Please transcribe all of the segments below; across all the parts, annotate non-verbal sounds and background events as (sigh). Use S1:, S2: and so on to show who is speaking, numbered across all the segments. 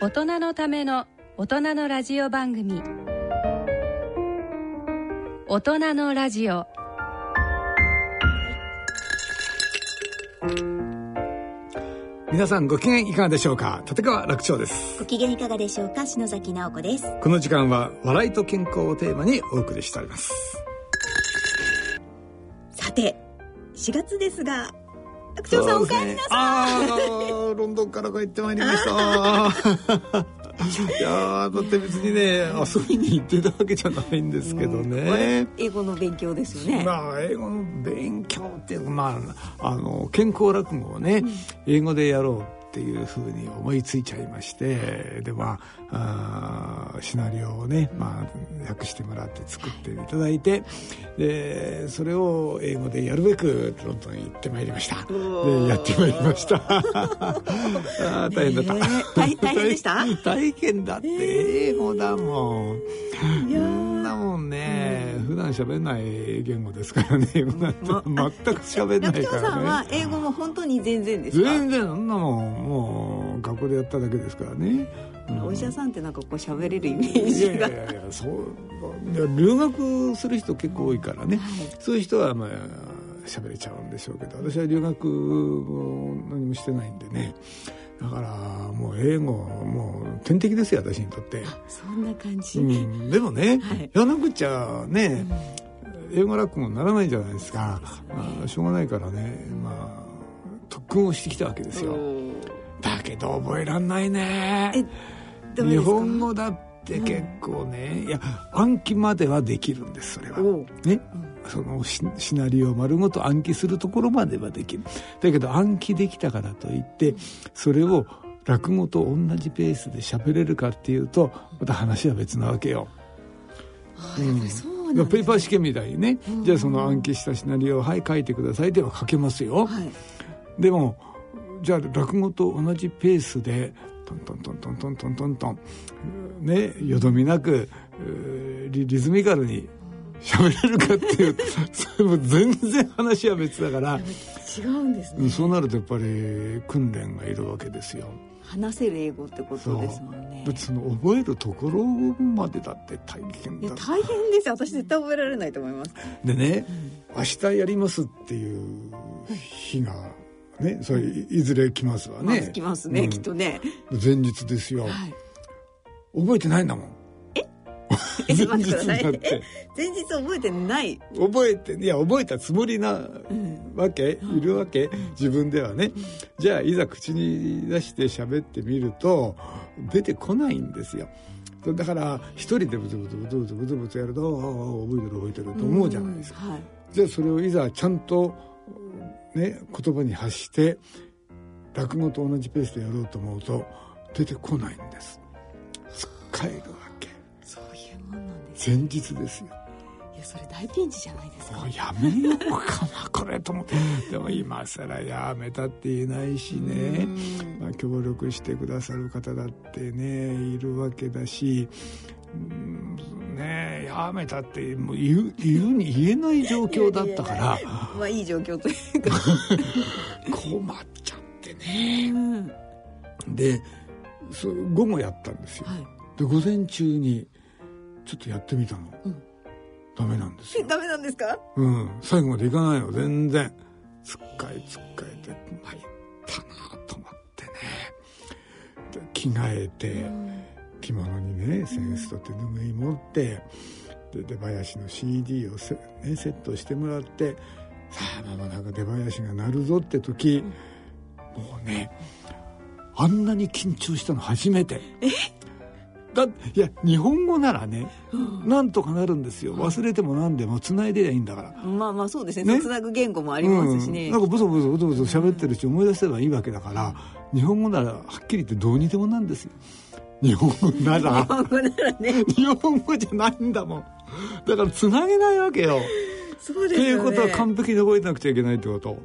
S1: 大人のための大人のラジオ番組大人のラジオ
S2: 皆さんご機嫌いかがでしょうか立川楽長です
S3: ご機嫌いかがでしょうか篠崎直子です
S2: この時間は笑いと健康をテーマにお送りしております
S3: さて4月ですが楽長さん、お帰りなさい
S2: ああロンドンから帰ってまいりま
S3: (laughs)
S2: したいやーだって別にね遊びに行ってたわけじゃないんですけどね、
S3: 英語の勉強ですよね、
S2: まあ、英語の勉強っていうか、まあ、あの健康落語をね、英語でやろうっていうふうに思いついちゃいましてでまああーシナリオをね、まあ、訳してもらって作っていただいてでそれを英語でやるべくロンドンに行ってまいりましたでやってまいりました
S3: (laughs)
S2: あー大変だった、
S3: ねえ大大変でした
S2: (laughs) 大変だって英語だもん
S3: いや
S2: そんなもんね、普段喋んない言語ですからね英 (laughs) 語なんて全く喋んな
S3: 楽
S2: い
S3: 長
S2: か
S3: さん
S2: ら
S3: は
S2: ね
S3: 英語も本当に全然ですか
S2: 全然そんなもんもう学校でやっただけですからね、うん
S3: お医者さんってなんかこう喋れるイメー
S2: いや
S3: ジ
S2: いや
S3: が
S2: いやいやそういや留学する人結構多いからね、そういう人はまあ喋れちゃうんでしょうけど私は留学も何もしてないんでねだからもう英語もう天敵ですよ私にとって。
S3: そんな感じ、
S2: うん、でもね、
S3: はい
S2: やらなくちゃね、英語落語にならないじゃないですかあのしょうがないからね、まあ、特訓をしてきたわけですよ
S3: おー
S2: だけど覚えらんない
S3: え
S2: ね
S3: ダメ
S2: 日
S3: ですか
S2: 本語だって結構ね、いや暗記まではできるんですそれは
S3: おう
S2: ねそのシシナリオを丸ごと暗記するところまではできるだけど暗記できたからといってそれを落語と同じペースで喋れるかっていうとまた話は別なわけよ。
S3: あやっぱりそう
S2: い
S3: な
S2: や
S3: んで
S2: ペ
S3: す
S2: ーパー試験みたいにね、じゃあその暗記したシナリオを「はい書いてください」では書けますよ、
S3: はい
S2: でもじゃあ落語と同じペースでトントントントントントントントンねよどみなくうーリリズミカルに喋れるかって
S3: (laughs)
S2: いうそれも全然話は別だから、
S3: 違うんです
S2: うん
S3: ね
S2: そうなるとやっぱり訓練がいるわけですよ。
S3: 話せる英語ってことですもんね
S2: だってその覚えるところまでだって大変
S3: いや
S2: だ
S3: 大変ですよ私絶対覚えられないと思います
S2: でね、明日やりますっていう日がねそれいいずれ来ますわ
S3: ま
S2: ね、
S3: ずきますね、
S2: うん
S3: きっとね
S2: 前日ですよ、
S3: はい
S2: 覚えてないんだもん
S3: え
S2: (laughs) 前日
S3: ちょっと待ってください
S2: だって
S3: 前日覚えてない
S2: 覚えていや覚えたつもりなわけ、いるわけ自分ではね、じゃあいざ口に出して喋ってみると出てこないんですよそうだから一人でブツブツブツブツブツブツやるとああ覚えてる覚えてると思うじゃないですか、
S3: はい
S2: じゃあそれをいざちゃんと、ね、言葉に発して落語と同じペースでやろうと思うと出てこないんです使えるわけ
S3: そういうもんなんです
S2: 前日ですよ
S3: いやそれ大ピンチじゃないですか
S2: もうやめようかな (laughs) これと思ってでも今更やめたって言えないしね、まあ、協力してくださる方だってねいるわけだしうんねやめたってもう言う言うに言えない状況だったから。
S3: まあいい状況というか、
S2: 困っちゃってね
S3: うんは
S2: でそう午後やったんですよ、で午前中にちょっとやってみたの、
S3: うん
S2: ダメなんです
S3: い、
S2: よ、
S3: ダメなんですか
S2: うん、最後までいかないの全然つっかえつっかえて参ったなと思ってねで着替えて、着物にねセンスと手ぬぐい持ってで出囃子の CD をセ,、ね、セットしてもらってさあまもなく出囃子が鳴るぞって時、もうねあんなに緊張したの初めて。だいや日本語ならね、なんとかなるんですよ忘れても何でも繋いでりゃいいんだから。
S3: まあまあそうですね
S2: ね
S3: つなぐ言語もありますしね、
S2: うん、なんかブツブツブツブツ喋ってるし思い出せばいいわけだから、日本語ならはっきり言ってどうにでもなんですよ日本語なら
S3: あこれならね
S2: 日本語じゃないんだもんだからつなげないわけよ
S3: そうで
S2: と
S3: す
S2: い
S3: よ
S2: う
S3: ね
S2: ことは完璧に覚えてなくちゃいけないってこと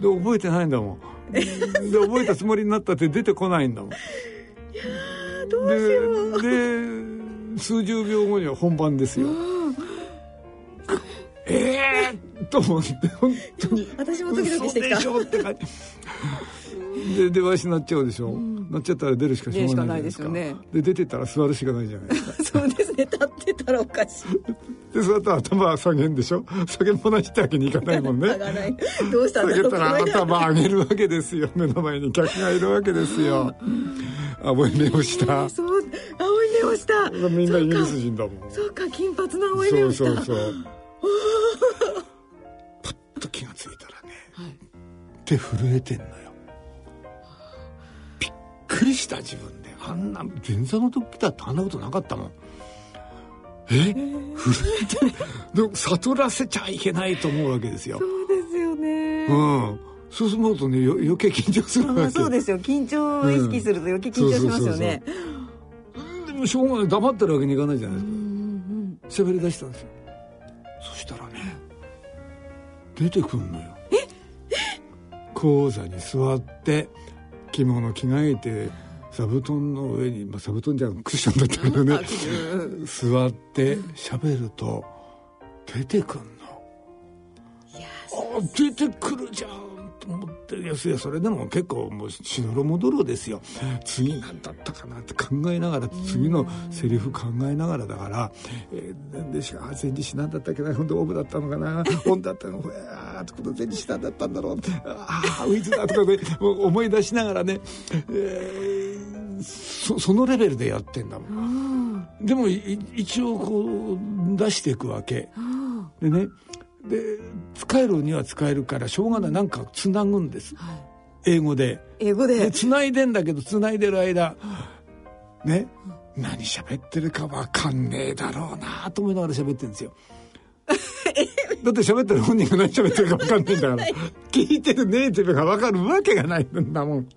S2: で覚えてないんだもんで覚えたつもりになったって出てこないんだもん
S3: どうしよう
S2: でで数十秒後には本番ですよええと思って本当に
S3: 私もドキドキしてきた
S2: 嘘でしょって感じで出わしなっちゃうでしょ、なっちゃったら出るしかしょうがないじゃな
S4: 出る
S2: い
S4: しか
S2: です
S4: な
S2: か
S4: い
S2: で出てたら座るしかないじゃないですか
S3: そうですね立ってたらおかしい
S2: で座ったら頭は下げんでしょ下げっぱなしってわけにいかないもんね
S3: (laughs) 上がないどうしたんだ
S2: 下
S3: ろ
S2: げた
S3: う
S2: ら頭上げるわけですよ目の前に客がいるわけですよ青い目をした
S3: そう青い目をした
S2: みんなイギリス人だもん
S3: そうか金髪の青い目
S2: そ
S3: を
S2: う
S3: した
S2: そうそうパッと気がついたらね、手震えてんのよびっくりした自分であんな前座の時だってあんなことなかったもんえ震えてるで悟らせちゃいけないと思うわけですよ
S4: そうですよね
S2: うんそうするとねよ余計緊張するわけ
S4: あそうですよ緊張を意識すると余計緊張しますよね
S2: でもしょうがない黙ってるわけにいかないじゃないですか喋り出したんですよそしたらね出てくんのよ講座に座って着物着替えて座布団の上に、まあ、座布団じゃなくクッションだったけどね座って喋ると出てくんのあ出てくるじゃんと思っていやいやそれでも結構もうしどろもどろですよ次何だったかなって考えながら次のセリフ考えながらだから「えー、でしかあ前立何だったっけなほんでオブだったのかなオンだったのかなあーこの前立何だったんだろうああウィズだ」とかでもう思い出しながらね、えーそそのレベルでやってんだもん。でもいい一応こう出していくわけでねで使えるには使えるからしょうがないなんかつなぐんです、英語で
S4: 英語で
S2: でつないでんだけどつないでる間ね何喋ってるかわかんねえだろうなと思いながら喋ってるんですよだって喋ってる本人が何喋ってるかわかんねえんだから聞いてるネイティブがわかるわけがないんだもん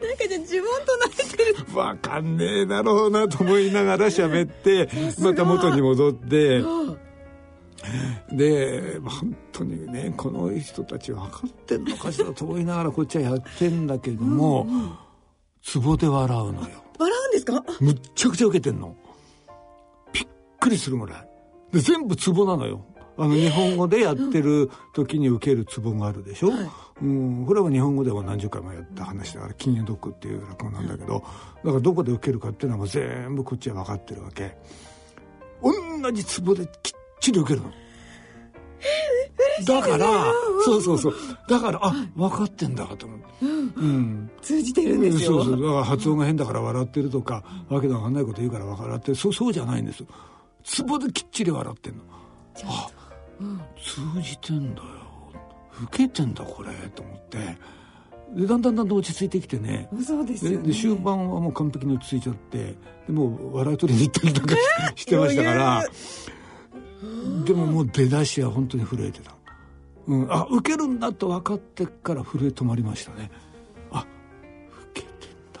S3: なんかじゃあ自分となってる
S2: (laughs) わかんねえだろうなと思いながら喋って、また元に戻って、で、本当にね、この人たち分かってんのかしらと思いながらこっちはやってんだけども、ツボで笑うのよ。
S3: 笑うんですか
S2: むっちゃくちゃ受けてんの。びっくりするぐらい。で、全部ツボなのよ。あの、日本語でやってる時に受けるツボがあるでしょ、うん、これは日本語では何十回もやった話だから、金融ドックっていう落語なんだけど、だからどこで受けるかっていうのはもう全部こっちは分かってるわけ。同じツボできっちり受けるの。だから、そうそうそう。だから、あ、分かってんだと思って。うん
S4: 通じてるんですよ
S2: そうそうだから発音が変だから笑ってるとか、わけのわかんないこと言うから笑ってるそうそうじゃないんですよツボできっちり笑ってんのあ、通じてんだよ受けてんだこれと思ってでだんだんだんだん落ち着いてきてね
S4: そうです
S2: で
S4: よ
S2: で
S4: ね
S2: 終盤はもう完璧に落ち着いちゃってでもう笑い取りに行ったりとかししてましたからでももう出だしは本当に震えてた、うん、あ受けるんだと分かってから震え止まりましたねあ受けてんだと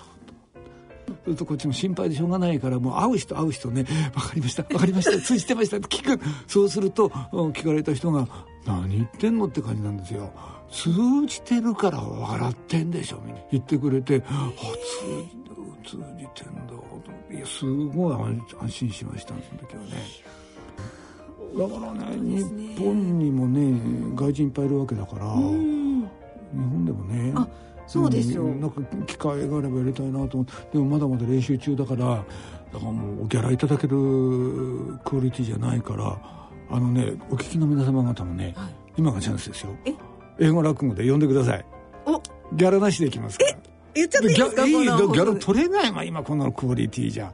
S2: 思ってそれとこっちも心配でしょうがないからもう会う人会う人ね分かりました分かりました通じてましたって聞くそうするとうん聞かれた人が「何言ってんの?」って感じなんですよ通じてるから笑ってんでしょみんな言ってくれて「あ通じ通じてんだ」と思っていやすごい安安心しましたんですけどね。だからね日本にもね外人いっぱいいるわけだから、日本でもね
S4: あそうですよ
S2: んなんか機会があればやりたいなと思ってでもまだまだ練習中だからだからもうおギャラいただけるクオリティじゃないからあのねお聞きの皆様方もね、今がチャンスですよ英語落語で呼んでください
S4: お
S2: ギャラなしでいきますから
S3: 言っちゃっていい
S2: ギ
S3: で
S2: ャ
S3: すか
S2: いい
S3: こ
S2: ギ
S3: の
S2: ャラ取れないわ今このクオリティじゃ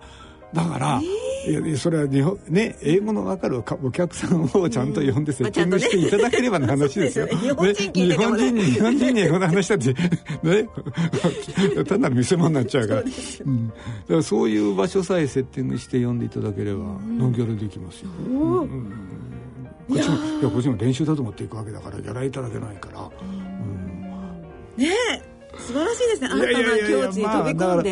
S2: だから、いやいやそれは日本ね英語の分かるかお客さんをちゃんと呼んでセッティングしていただければの話ですよ。
S3: まあちゃんとね (laughs) そうですよね日本人聞いてても
S2: ね
S3: ね
S2: 日本人に日本人に英語の話だってね (laughs) 単なる見せ場になっちゃうからそううん、だからそういう場所さえセッティングして呼んでいただければ、ノンギャラできますよ。こっちもいやこっちも練習だと思っていくわけだからギャラいただけないから。
S3: ねえ素晴らしいですねあんた
S2: いやいや
S3: が
S2: いやいや
S4: 境地に飛び
S2: まあ
S4: 込んで
S2: だから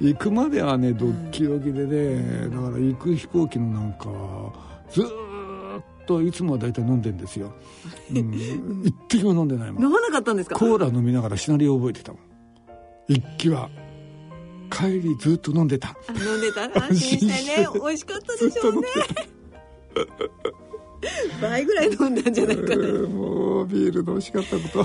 S2: 行くまではねドッキドキでねだから行く飛行機のなんかはずーっといつもは大体飲んでんですよ、うん、一滴も飲んでないもん
S4: 飲まなかったんですか
S2: コーラ飲みながらシナリオ覚えてたもん一気は帰りずっと飲んでた (laughs)
S4: あ飲んでた安心してね美味しかったでしょうね
S3: 倍ぐらい飲んだんじゃないかな。
S2: もうビールの美味しかったこと
S4: あ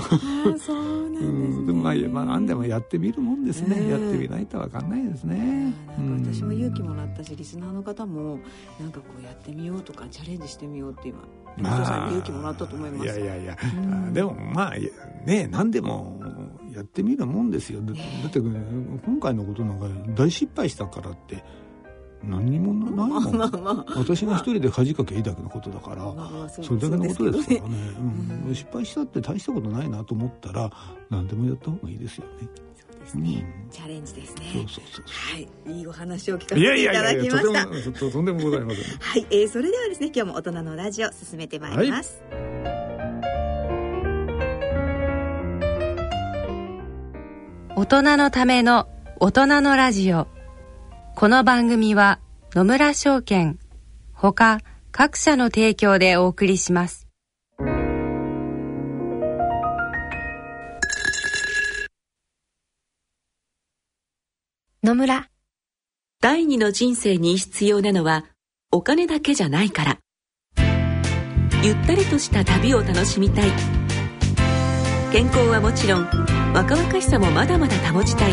S4: あそうな
S2: うん
S4: ですね
S2: ん、でもまあ、まあ、何でもやってみるもんですね、
S4: うん
S2: やってみないとわかんないですね、
S4: なんか私も勇気もら
S2: な
S4: ったしリスナーの方もなんかこうやってみようとかチャレンジしてみようって今
S2: い
S4: まあ、さんに勇気もらったと思います
S2: いやいやいや、
S4: うん
S2: でもまあいやね何でもやってみるもんですよだだって今回のことなんか大失敗したからって何にもなないも
S4: (laughs)
S2: ん、
S4: まあま
S2: 私が一人で舵掛けいいだけのことだから、
S4: あ、まあ、そ
S2: それだけのことですから
S4: ね
S2: ね、うん
S4: うん
S2: 失敗したって大したことないなと思ったら何でもやった方がいいですよね。
S4: そうです
S2: う
S4: ね
S2: ん、
S4: チャレンジですね
S2: そうそうそう
S3: はい、いいお話を聞かせ
S2: いや
S3: て
S2: い
S3: い
S2: や
S3: ただ
S2: いや
S3: き
S2: い
S3: ま
S2: や、と
S3: した。
S2: ても、ととんでもございません。
S3: はい、えー、それではですね、今日も大人のラジオ進めてまいります。
S1: 大人のための大人のラジオこの番組は野村証券ほか各社の提供でお送りします
S5: 野村第二の人生に必要なのはお金だけじゃないからゆったりとした旅を楽しみたい健康はもちろん若々しさもまだまだ保ちたい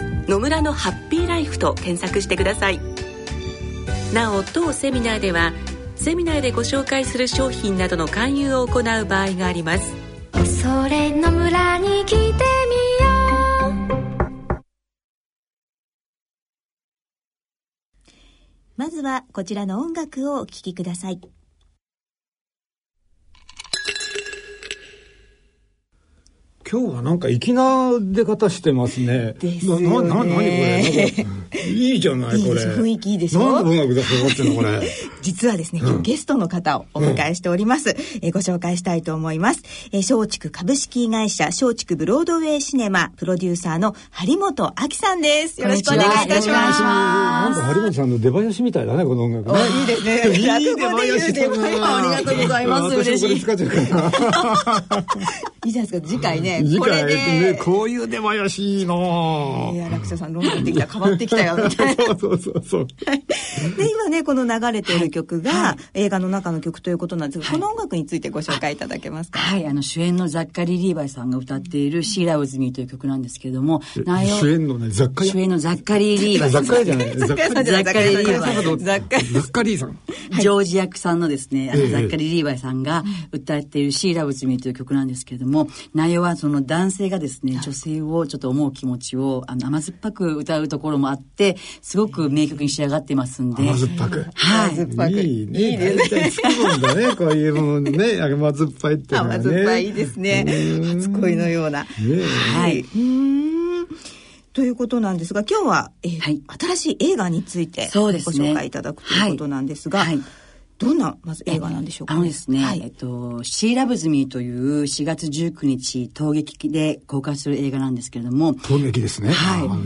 S5: 「野村のハッピーライフ」と検索してくださいなお当セミナーではセミナーでご紹介する商品などの勧誘を行う場合があります
S6: 恐れの村に来てみよう
S3: まずはこちらの音楽をお聴きください。
S2: 今日はなんか粋な出方してますね。
S4: ですよね
S2: な、な、な、にこ
S4: (laughs)
S2: れ。なんかいいじゃない、
S4: いい
S2: こ
S4: で
S2: れ。
S4: しょ雰囲気いいでしょ
S2: なんで音楽出してもらってんの、こ
S4: (laughs)
S2: れ。
S3: (laughs) 実はですね、今日ゲストの方をお迎えしております。えーご紹介したいと思います。えー松竹株式会社、松竹ブロードウェイシネマ、プロデューサーの張本明さんです。よろしくお願いいたします。
S2: なんか張本さんの出囃子みたいだね、この音楽ね。
S4: いいですね
S2: いい出
S4: 落語で言う
S2: 囃子
S4: 出
S2: だ
S4: 囃
S2: な
S4: 子ありがとうございます嬉
S2: (laughs) 私
S4: し
S2: もこれ
S4: い
S2: 使っちゃうから。
S4: いいじゃないですか次回ね
S2: 次
S4: これ
S2: 回ね、
S4: で
S2: こういう出囃子いいなぁ
S4: いや楽勝さんロンドン行ってきた変わってき
S2: (laughs)
S4: たよみたいな
S2: そうそうそうそう。
S3: で、今ね、この流れている曲が、映画の中の曲ということなんですが、この音楽についてご紹介いただけますか
S7: はい、あの主演のザッカリー・リーバイさんが歌っている「シーラ・ウズニー」という曲なんですけれども内
S2: 主
S7: 容
S2: 演のね、雑貨
S7: 主
S2: 屋。
S7: 演のザッカリー・リーバイさ
S2: 雑
S7: ん
S2: 貨屋じゃない。雑貨
S7: さんじゃない
S3: リーバイ
S7: 雑貨
S3: 雑貨
S2: 雑貨リーさん。
S7: ジョージ役さんのですね、あ
S2: え
S7: の
S2: え
S7: ザッカリー・リーバイさんが歌っている「シーラ・ウズミー」という曲なんですけれども、内容はその男性がですね、女性をちょっと思う気持ちをあの甘酸っぱく歌うところもあって、すごく名曲に仕上がってますんで、
S2: 甘酸っぱく。
S7: はい。
S4: 酸っぱく
S2: いいね。いいね。大体つくもんだね。こういうもの (laughs) ね。甘酸っぱいっていうのはね。
S4: 甘酸っぱいいいですね
S2: うん
S4: 初恋のような
S2: ね
S7: はい。
S3: うーんということなんですが、今日は、えー
S7: はい
S3: 新しい映画についてご
S7: そうですね
S3: 紹介いただくということなんですが、
S7: はい
S3: どんな、まず映画なんでしょうか、
S7: あのですね、
S3: は
S7: えっ
S3: い。
S7: と、シーラブズミーという4月19日、陶劇で公開する映画なんですけれども、
S2: え。撃ですね。
S7: はい
S2: あの。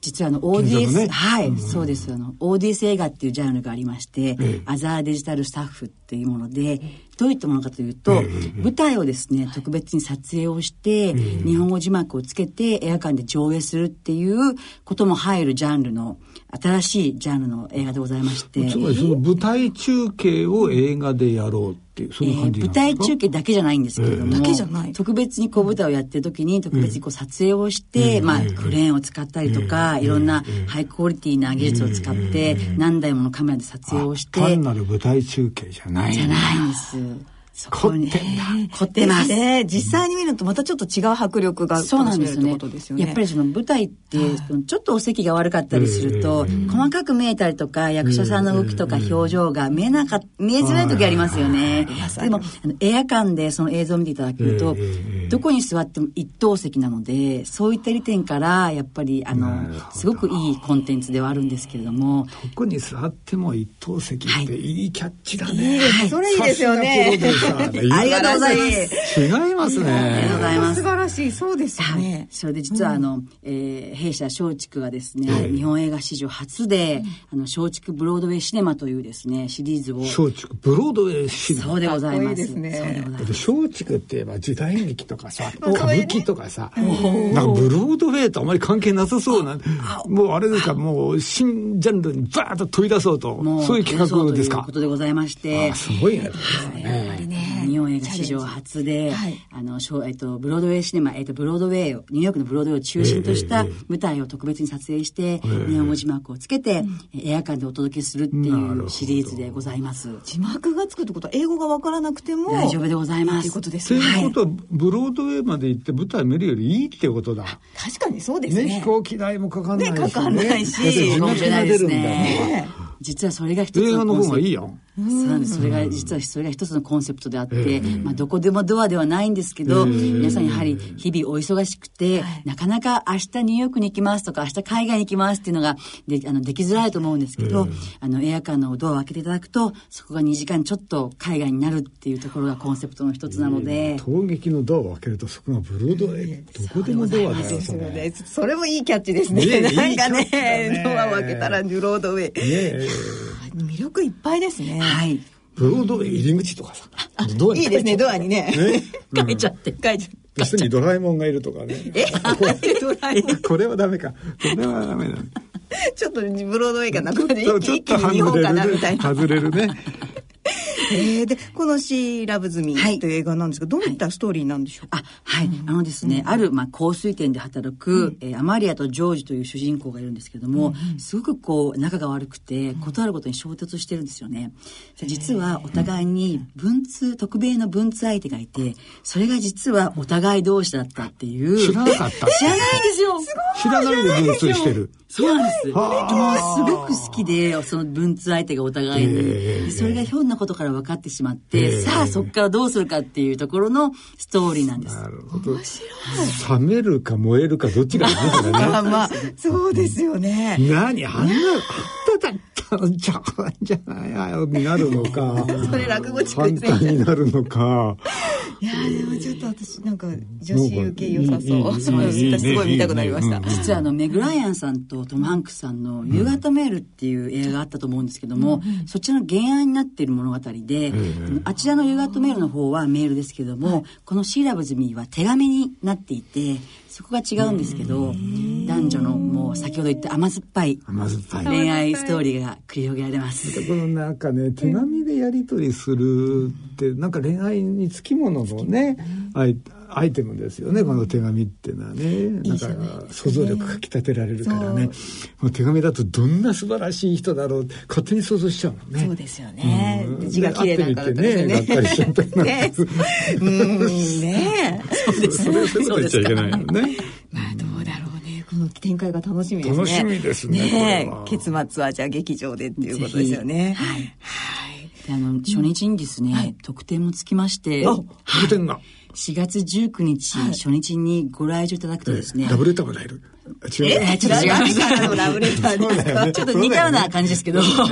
S7: 実はあの、
S2: 金属
S7: ODS、
S2: ね
S7: はい、そうです。あの、ODS 映画っていうジャンルがありまして、
S2: え
S7: アザーデジタルスタッフっていうもので、どういったものかというと、舞台をですね、特別に撮影をして、日本語字幕をつけて映画館で上映するっていうことも入るジャンルの、新しいジャンルの映画でございまして、
S2: つまりその舞台中継を映画でやろうっていう、そういう感じなんで
S7: えー舞
S2: すか、
S7: 台中継だけじゃないんですけれども、
S3: だけじゃない
S7: 特別にこう舞台をやってる時に特別にこう撮影をして、まあ、クレーンを使ったりとか、いろんなハイクオリティな技術を使って、何台ものカメラで撮影をして
S2: 単なる舞台中継じゃない。
S7: じゃないんです凝って凝ってます。
S3: ね、実際に見るとまたちょっと違う迫力が
S7: そう
S3: 楽
S7: な
S3: し
S7: んで
S3: めるって
S7: すね
S3: ことですよね。
S7: やっぱりその舞台って、そのちょっとお席が悪かったりすると、細かく見えたりとか、役者さんの動きとか表情が見えなか、見えづらい時ありますよね。でも、あの映画館でその映像を見ていただくと、どこに座っても一等席なので、そういった利点から、やっぱり、あの、すごくいいコンテンツではあるんですけれども、
S2: どこに座っても一等席っていいキャッチだ
S3: いい
S2: ね。
S3: ですそれいいですよね
S2: さすがプロデューサー
S7: ありがとうございます。
S2: 違いますね。
S7: ありがとうございます
S3: 素。晴らしい、そうですよ
S7: はい
S3: ね。、
S7: それで実はあの、えー弊社松竹はですね、
S2: ええ
S7: 日本映画史上初で、あの松竹ブロードウェイシネマというですねシリーズを
S2: 松竹ブロードウェイシネマ
S7: そうでござ
S3: かっ
S7: い
S3: こい
S7: ま
S3: いですすね
S7: そうでござい
S2: だっ
S7: ま
S2: て
S7: す
S2: 松竹って言えば時代劇とかさ歌
S3: そうね
S2: 舞伎とかさなんかブロードウェイとあまり関係なさそうなもうあれですかもう新ジャンルにバーッと飛び出そうと
S7: も
S2: そういう企画です
S7: そうという
S2: か
S7: ことでございまして
S2: あすごいね
S7: 日本映画史上初で、
S3: はい
S7: あの、しょうえっと、ブロードウェイシネマ、えっと、ブロードウェイを、ニューヨークのブロードウェイを中心とした舞台を特別に撮影して、日本語字幕をつけて、エアカンでお届けするっていうシリーズでございます。
S3: 字幕がつくってことは英語がわからなくても。
S7: 大丈夫でございます。
S3: ということです
S2: と
S3: ね。
S2: いう
S3: は
S2: ことはブロードウェイまで行って舞台見るよりいいってことだ
S3: い確かにそうです
S2: ね
S3: ね。
S2: 飛行機代もかかんないし
S3: ねかかんないし
S2: だって字幕が出るんだ
S7: ね
S2: ね
S3: ね
S7: 実はそれが一つ
S2: 映画の
S7: コンセ
S2: 方
S7: プ
S2: が
S7: ト
S2: いいやん
S7: そうなんです。それが、実はそれが一つのコンセプトであって、まあ、どこでもドアではないんですけど、皆さんやはり日々お忙しくて、なかなか明日ニューヨークに行きますとか、明日海外に行きますっていうのが、で、あの、できづらいと思うんですけど、あの、エアカーのドアを開けていただくと、そこが2時間ちょっと海外になるっていうところがコンセプトの一つなので、
S2: 攻撃のドアを開けるとそこがブロードウェイどこでもドアだよ
S3: そ
S2: それ
S3: うですそれもいいキャッチですね。
S2: ねえ
S3: なんかね
S2: いいキャッチだね
S3: ドアを開けたらブロードウェイ。
S2: ねえ
S3: 魅力いっぱいですね。
S7: はい。
S2: ブロードウェイ入り口とかさドアに
S3: いいですね、ドアにね。
S7: 書いちゃって。
S3: (laughs) 書いちゃ
S2: 要するにドラえもんがいるとかね。
S3: ってド (laughs) ラえ (laughs) もん
S2: これはダメか。これはダメだ。
S3: ちょっとブロードウェイがなくなって
S2: ちょ
S3: 一
S2: ち
S3: 気
S2: ょっ
S3: 一気
S2: と
S3: に日
S2: 外
S3: 本
S2: れ
S3: かなみ
S2: る
S3: たい
S2: ね。
S3: (laughs) な。
S2: 外れるね。
S3: えーで、このシーラブズミ
S7: はい
S3: という映画なんですけど、どういったストーリーなんでしょうか
S7: あ、はい。あのですね、ある、まあ、香水店で働く、えーアマリアとジョージという主人公がいるんですけども、すごくこう、仲が悪くて、断ることに衝突してるんですよね。で実は、お互いに、文通、特命の文通相手がいて、それが実は、お互い同士だったっていう。
S2: 知らなかった。
S7: 知らないんですよ
S2: 知らないで文通してる。
S7: そうなんです。
S2: は
S7: すごく好きで、その文通相手がお互いに。
S2: え
S7: でそれがひょんなことから分かってしまって、さあそこからどうするかっていうところのストーリーなんです。
S2: なるほど。冷めるか燃えるかどっちかだね。
S3: (laughs)
S2: それね
S3: まあまあ、そうですよね。
S2: 何あんな、あんただったのじゃ、じゃないあよになるのか。
S3: (laughs) それ落語チック
S2: 反
S3: ですね
S2: 対になるのか。
S3: いやーでもちょっと私なんか女子受け良さそう。そ
S2: なん
S3: う
S2: かいいいいいいいいい
S3: 私すごい見たくなりました。
S7: 実はあのメグライアンさんとトム・ハンクスさんの「夕方メール」っていう映画があったと思うんですけども、そちらの原案になっている物語で、あちらの「夕方メール」の方はメールですけども、この「シーラブズミー」は手紙になっていてそこが違うんですけど、男女のもう先ほど言った甘酸っぱい
S2: 甘酸っぱい。
S7: 恋愛ストーリーが繰り広げられます。
S2: このなんかね手紙でやり取りするってなんか恋愛につきもののねアイアイテムですよねこの手紙ってのはねなんか想像力かきたてられるからねもう手紙だとどんな素晴らしい人だろうって勝手に想像しちゃうもんね。
S3: そうですよね
S2: う。ん
S3: 字が綺麗なんかだったですよ
S2: で会ってみてねだったりしちゃったりなんか
S3: ね。うん、ねえ。
S2: そうですそういうこと言っちゃいけないよね。
S3: まあどうだろうね。この展開が楽しみですね。
S2: 楽しみですね
S3: ね
S2: これは
S3: え結末はじゃあ劇場でっていうことですよね。はい。
S7: であの初日にですね、特典もつきまして
S2: あ、得点が
S7: 4月19日、初日にご来場いただくとですね、
S2: ダブルタブライル。違う。
S7: えちょっと違いました
S3: あのラブレターですか
S7: (laughs) ちょっと似たような感じですけど、
S3: 似たよ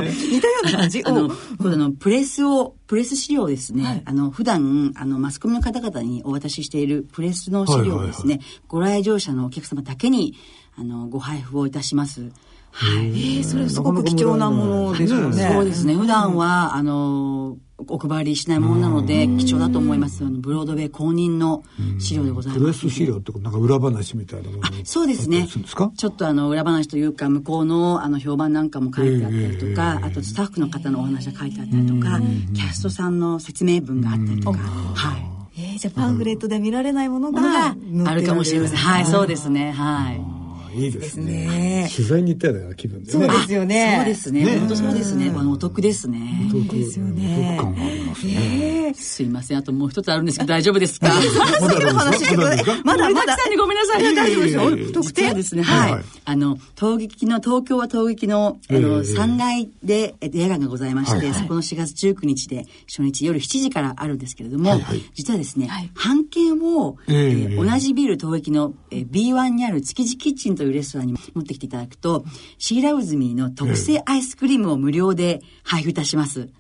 S3: うな感じ
S7: あの、
S3: お
S7: このプレスを、プレス資料をですね、あの、普段、あの、マスコミの方々にお渡ししているプレスの資料をですね、ご来場者のお客様だけに、あの、ご配布をいたします。はい。
S3: えーそれすごく貴重なものですよね。
S7: そうですね。普段は、あの、お配りしないものなので、貴重だと思います。あの、ブロードウェイ公認の資料でございます。
S2: プレス資料ってことなんか裏話みたいなものも
S7: あそうです
S2: あっ
S7: ね
S2: たりるんですか
S7: ちょっとあの裏話というか向こうのあの評判なんかも書いてあったりとか、あとスタッフの方のお話が書いてあったりとか、キャストさんの説明文があったりとか、はい
S3: えーじゃあパンフレットで見られないもの
S7: もの
S3: が
S7: があるかもしれませんはいそうですねはい
S2: あいいいですね
S3: ですね
S2: 取材に行ったような気分でね
S3: そうですよね。
S7: そうですね。
S2: ね
S7: 本当そうですね。あのお得ですね。
S2: 独
S3: ですよね
S2: 特感がありますね
S3: ええ
S7: すいません。あともう一つあるんですけど大丈夫ですか。
S2: まだ
S3: 次の話してください。まだまだ
S7: さ。んにごめんなさい。
S2: 大丈夫ですよ
S7: 特定ですね。はい。
S2: はい
S7: あの、陶劇の、東京は陶劇の、あ
S2: え
S7: の、
S2: え
S7: 3階で、えっと、映画がございまして、
S2: はいはい
S7: そこの4月19日で、初日夜7時からあるんですけれども、
S2: はいはい
S7: 実はですね、半券を、え
S2: え
S7: ー
S2: え
S7: 同じビル陶劇の、えー B1 にある築地キッチンというレストランに持ってきていただくと、シーラウズミーの特製アイスクリームを無料で配布いたします。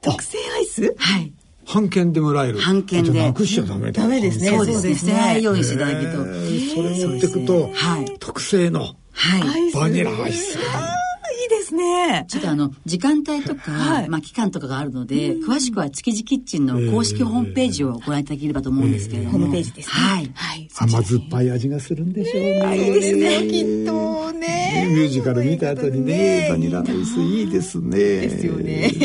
S3: 特製アイス
S7: はい。
S2: 半券でもらえる
S7: 半券で
S2: じゃあなくしちゃダメだ
S3: ダメですね
S7: そうですね。
S3: そうです
S7: 捨
S3: ね
S7: てないよう
S2: え
S7: にしていただくと。
S2: ーそれを持ってくと
S7: はい
S2: 特製の
S7: はい。
S2: バニラアイス
S3: いいですね。
S7: ちょっとあの、時間帯とか、
S3: はい
S7: まあ期間とかがあるので、詳しくは築地キッチンの公式ホームページをご覧いただければと思うんですけれども。
S3: ホームページですね
S7: はい。
S2: 甘酸っぱい味がするんでしょうね
S3: いいですね。きっとね。
S2: ミュージカル見た後にねバニラアイスいいですね
S3: ですよね。 (laughs)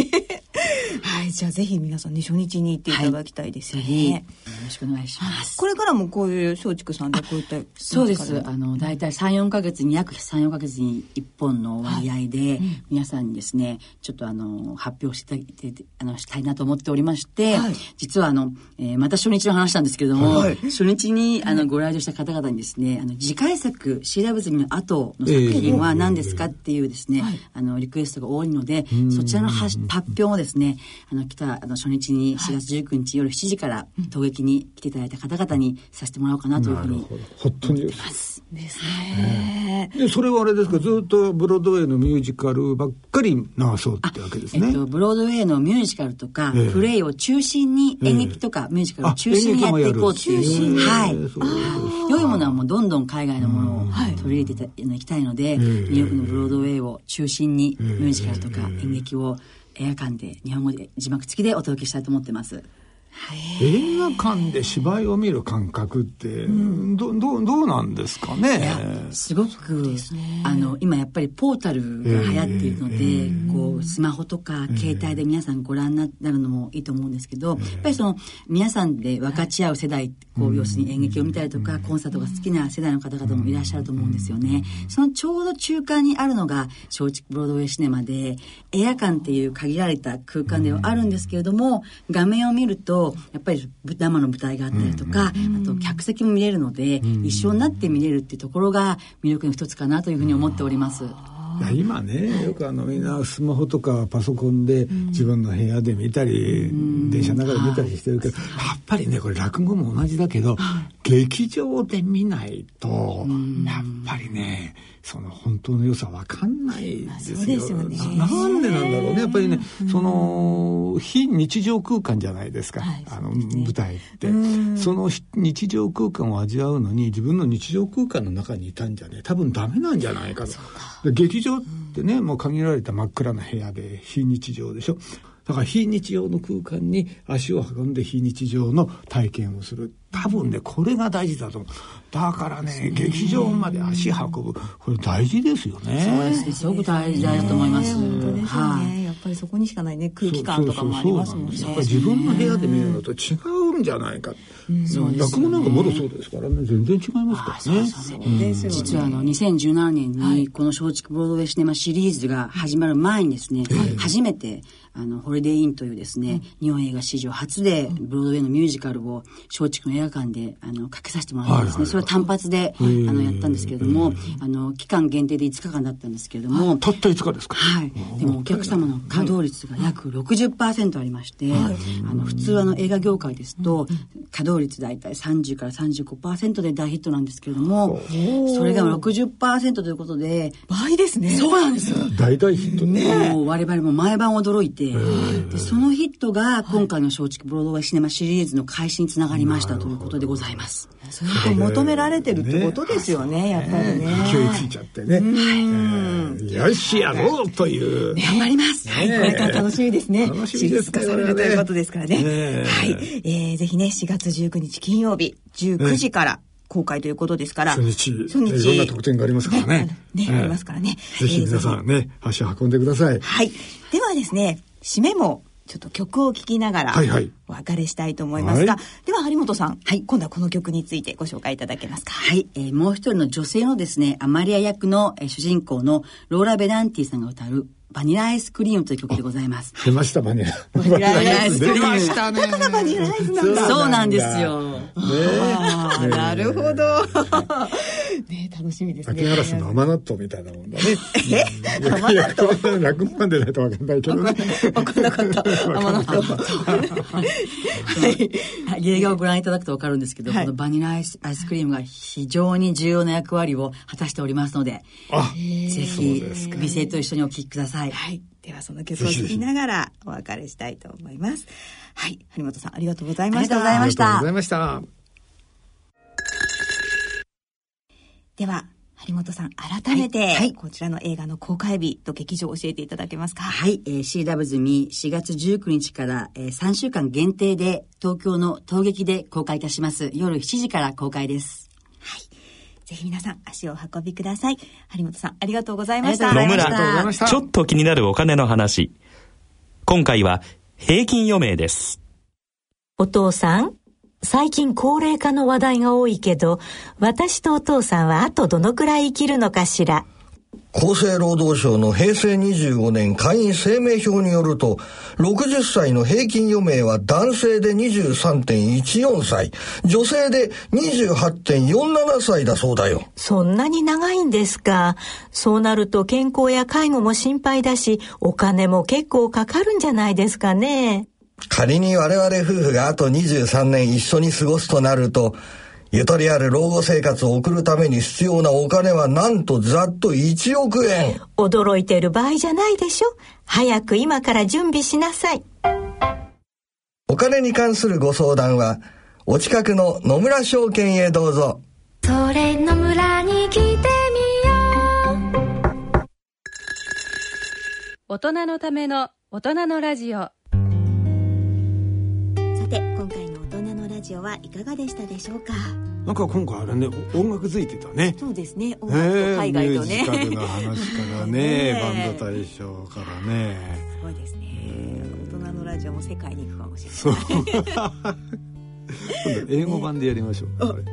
S3: はい、じゃあぜひ皆さんね、初日に行っていただきたいです
S7: ぜ
S3: よ
S7: ひ、よ
S3: ね。
S7: ろしくお願いします。
S3: これからもこういう松竹さんでこういった
S7: そうです。あの、だいたい3、4ヶ月に、約3、4ヶ月に1本の割合で、皆さんにですね、ちょっとあの、発表していただいて、あの、したいなと思っておりまして、
S3: はい
S7: 実はあの、えーまた初日の話なんですけれども、
S2: はい
S7: 初日にあの、ご来場した方々にですね、あの、次回作、シーラブズミの後の作品は何ですかっていうですね、あの、リクエストが多いので、そちらの発発表もですね、あの、来た、あの、初日に4月19日夜7時から、陶劇に来ていただいた方々にさせてもらおうかなというふうに
S2: ホットニュース
S3: ですね。
S2: でそれはあれですかずっとブロードウェイのミュージカルばっかり流そうってわけですね
S7: えっと、ブロードウェイのミュージカルとか、
S2: ええ
S7: プレイを中心に、
S2: ええ
S7: 演劇とかミュージカルを中心にやっていこうっていう。は
S2: あ
S7: い
S2: 演劇もやる中心にへえそう
S7: はい。良いものはもうどんどん海外のものを取り入れていたいきたいので、ニューヨークのブロードウェイを中心に、ミュージカルとか演劇を映画館で日本語で字幕付きでお届けしたいと思ってます。
S2: 映画館で芝居を見る感覚ってどどどうなんですか
S7: い
S2: ね
S7: やすごく、あの今やっぱりポータルが流行っているので、こうスマホとか携帯で皆さんご覧になるのもいいと思うんですけど、やっぱりその皆さんで分かち合う世代こう要するに演劇を見たりとか、コンサートが好きな世代の方々もいらっしゃると思うんですよね。そのちょうど中間にあるのが松竹ブロードウェイシネマで映画館っていう限られた空間ではあるんですけれども、画面を見るとやっぱり生の舞台があったりとか、あと客席も見れるので、一緒になって見れるっていうところが魅力の一つかなというふうに思っております。
S2: いや今ねよくあのみんなスマホとかパソコンで自分の部屋で見たり電車の中で見たりしてるけどやっぱりねこれ落語も同じだけど劇場で見ないとやっぱりねその本当の良さわかんないですよ,、
S3: そうですよね
S2: ななんでなんだろうねやっぱりねその非日常空間じゃないですか、あの舞台ってそのひ日常空間を味わうのに自分の日常空間の中にいたんじゃね多分ダメなんじゃないかとで劇場ってねもう限られた真っ暗な部屋で非日常でしょだから非日常の空間に足を運んで非日常の体験をする多分ねこれが大事だと思うだからね劇場まで足運ぶこれ大事ですよね
S7: そうですね、すごく大事だと思います。
S3: 本当ですよ
S7: はい
S3: ね。やっぱりそこにしかないね、空気感とかもありますもんね。
S2: そうそうそうそうなんですやっぱり自分の部屋で見るのと違うんじゃないか。落語なんかまだそうですからね、全然違いますからね。
S3: ですよね
S7: 実はあの2017年にこの松竹ブロードウェイシネマシリーズが始まる前にですね、初めてあのホリデーインというですね、日本映画史上初でブロードウェイのミュージカルを松竹の映画館であのかけさせてもらったんです
S2: はいはいは
S7: ね、
S2: い
S7: それは単発であ
S2: ー
S7: のやったんですけれども、あの期間限定で5日間だったんですけれども、
S2: たった5日ですか。
S7: はい。でもお客様の稼働率が約60%ありまして、あの普通あの映画業界ですと、稼働率大体30から35%で大ヒットなんですけれども、それが60%ということで、
S3: 倍ですね。
S7: そうなんですよ。
S2: 大大ヒットね。
S7: もう我々も毎晩驚いて、でそのヒットが今回の松竹ブロードウェイシネマシリーズの開始につながりましたということでございます。
S3: それだけ求められてるってことですよね、やっぱりね。
S2: 勢いついちゃってね。えーよしやろうという。
S7: 頑張ります。
S3: はい、これから楽しみですね。
S2: 楽しみですね
S3: シリーズ化されるということですからね。
S2: これはねねえ
S3: はい、えーぜひね、4月19日金曜日、19時から公開ということですから。
S2: 初日、
S3: 初日。
S2: いろんな特典がありますからね。
S3: ね、
S2: えー
S3: ありますからね。
S2: ぜひ皆さ
S3: えー
S2: んね、足を運んでください。
S3: はい。ではですね、締めもちょっと曲を聴きながら
S2: はいはい
S3: お別れしたいと思いますが、
S2: は
S3: では張本さん、はい、今度はこの曲についてご紹介いただけますか。
S7: はい、えーもう一人の女性のですね、アマリア役の、えー主人公のローラ・ベナンティさんが歌うバニラアイスクリームという曲でございます。
S2: 出ましたバニラ。バニ
S7: ラアイスクリー
S2: 出
S7: ム
S2: ましたね。
S3: だからバニラアイスなんだ
S7: そうなんですよ。
S2: ね
S3: (laughs) あーなるほど。ね楽しみですね。
S2: 竹ガラスの甘納豆みたいなもんだね。えいや、こんなの落語までないとわかんないけどね。
S3: わかんなかった。
S2: (laughs)
S3: 甘納豆。はい。
S7: はい映画をご覧いただくと分かるんですけど、
S3: はい
S7: このバニラアイスアイスクリームが非常に重要な役割を果たしておりますので、
S2: あ、
S7: ぜひ、美声と一緒にお聴きください。
S3: はい。ではその曲を聴きながらお別れしたいと思います。はい。張本さんありがとうございました。
S7: ありがとうございました
S2: ありがとうございました。
S3: では、張本さん、改めて、
S7: はいはい
S3: こちらの映画の公開日と劇場を教えていただけますか。
S7: はい、えー、CW 済み4月19日から、えー、3週間限定で東京の陶劇で公開いたします。夜7時から公開です。
S3: ぜひ皆さん、足をお運びください。張本さん、ありがとうございました。
S7: ありが
S8: 野
S7: とうございました
S8: 村、
S2: ました
S8: ちょっと気になるお金の話。今回は平均余命です。
S9: お父さん、最近高齢化の話題が多いけど、私とお父さんはあとどのくらい生きるのかしら。
S10: 厚生労働省の平成25年会員声明表によると、60歳の平均余命は男性で23.14歳、女性で28.47歳だそうだよ。
S9: そんなに長いんですか。そうなると健康や介護も心配だし、お金も結構かかるんじゃないですかね。
S10: 仮に我々夫婦があと23年一緒に過ごすとなると、ゆとりある老後生活を送るために必要なお金はなんとざっと1億円。
S9: 驚いてる場合じゃないでしょ。早く今から準備しなさい。
S10: お金に関するご相談は、お近くの野村証券へどうぞ。
S6: それ野村に来てみよう
S1: 大人のための大人のラジオ
S3: さて、今回の大人のラジオはいかがでしたでしょうか。
S2: なんか今回あれね、音楽づいてたね。
S4: そうですね。音
S2: ね
S4: 楽と海外と
S2: ミュージカル
S4: ね。
S2: の話から
S3: ね
S2: ねバンド大賞からね
S4: すごいですね。大人のラジオも世界に行くかもしれない。
S2: 今度英語版でやりましょう、あれ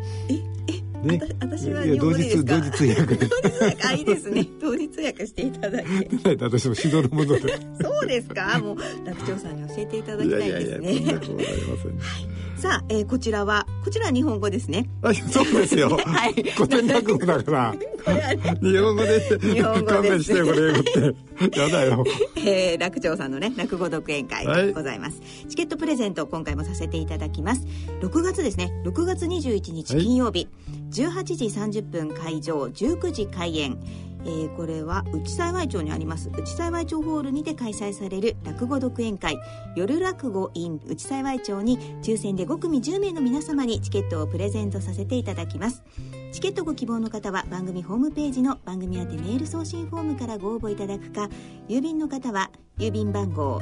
S2: ね
S3: あた私はい
S2: や
S3: 日本語でいいですか
S2: 同日同日訳で
S3: 同日訳、あ、いいですね。同日訳していただいて。
S2: (laughs)
S3: (laughs)
S2: 私もしどろもどで
S3: そうですか。もう、楽長さんに教えていただきたいですね。
S2: そんなことはありません
S3: さあ、えーこちらは、こちらは日本語ですね。
S2: あそうですよ、
S3: (laughs) はい
S2: 古典落語だから
S3: これはね、
S2: 日本語で
S3: 日本語です
S2: 勘弁してよこれ英語
S3: (laughs)
S2: ってやだよ
S3: えー、楽長さんのね、落語独演会でございます、チケットプレゼントを今回もさせていただきます。6月ですね、6月21日
S2: はい
S3: 金曜日、18時30分会場、19時開演。えーこれは内幸町にあります内幸町ホールにて開催される落語独演会夜落語 in 内幸町に抽選で5組10名の皆様にチケットをプレゼントさせていただきますチケットご希望の方は番組ホームページの番組宛てメール送信フォームからご応募いただくか郵便の方は郵便番号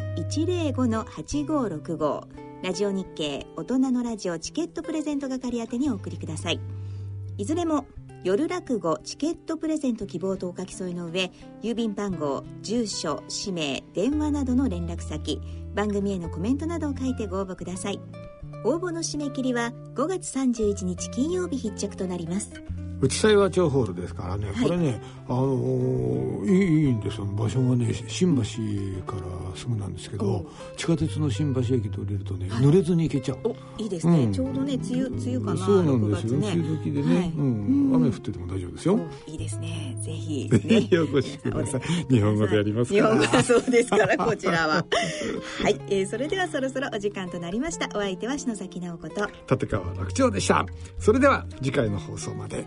S3: 105-8565ラジオ日経大人のラジオチケットプレゼント係宛てにお送りくださいいずれも夜落語チケットプレゼント希望とお書き添えの上郵便番号住所氏名電話などの連絡先番組へのコメントなどを書いてご応募ください応募の締め切りは5月31日金曜日必着となります
S2: 内幸町ホールですからね、
S3: はい
S2: これね、あのーいいいいんですよ場所がね新橋からすぐなんですけど、地下鉄の新橋駅と降りるとね、濡れずに行けちゃう。
S3: おいいですね、
S2: うん
S3: ちょうどね梅雨梅雨かな
S2: そうなんですよ、
S3: 6
S2: 梅
S3: 月
S2: 雨時でね、
S3: はい
S2: うん、雨降ってても大丈夫ですよ。
S3: いいですねぜひ
S2: ぜ (laughs)
S3: ね
S2: ひお越しください。日本語でやります
S3: 日
S2: か
S3: 本
S2: ら
S3: 語。はそうですからこちらははい、えーそれではそろそろお時間となりましたお相手は篠崎直子と
S2: 立川楽長でした。それでは次回の放送まで。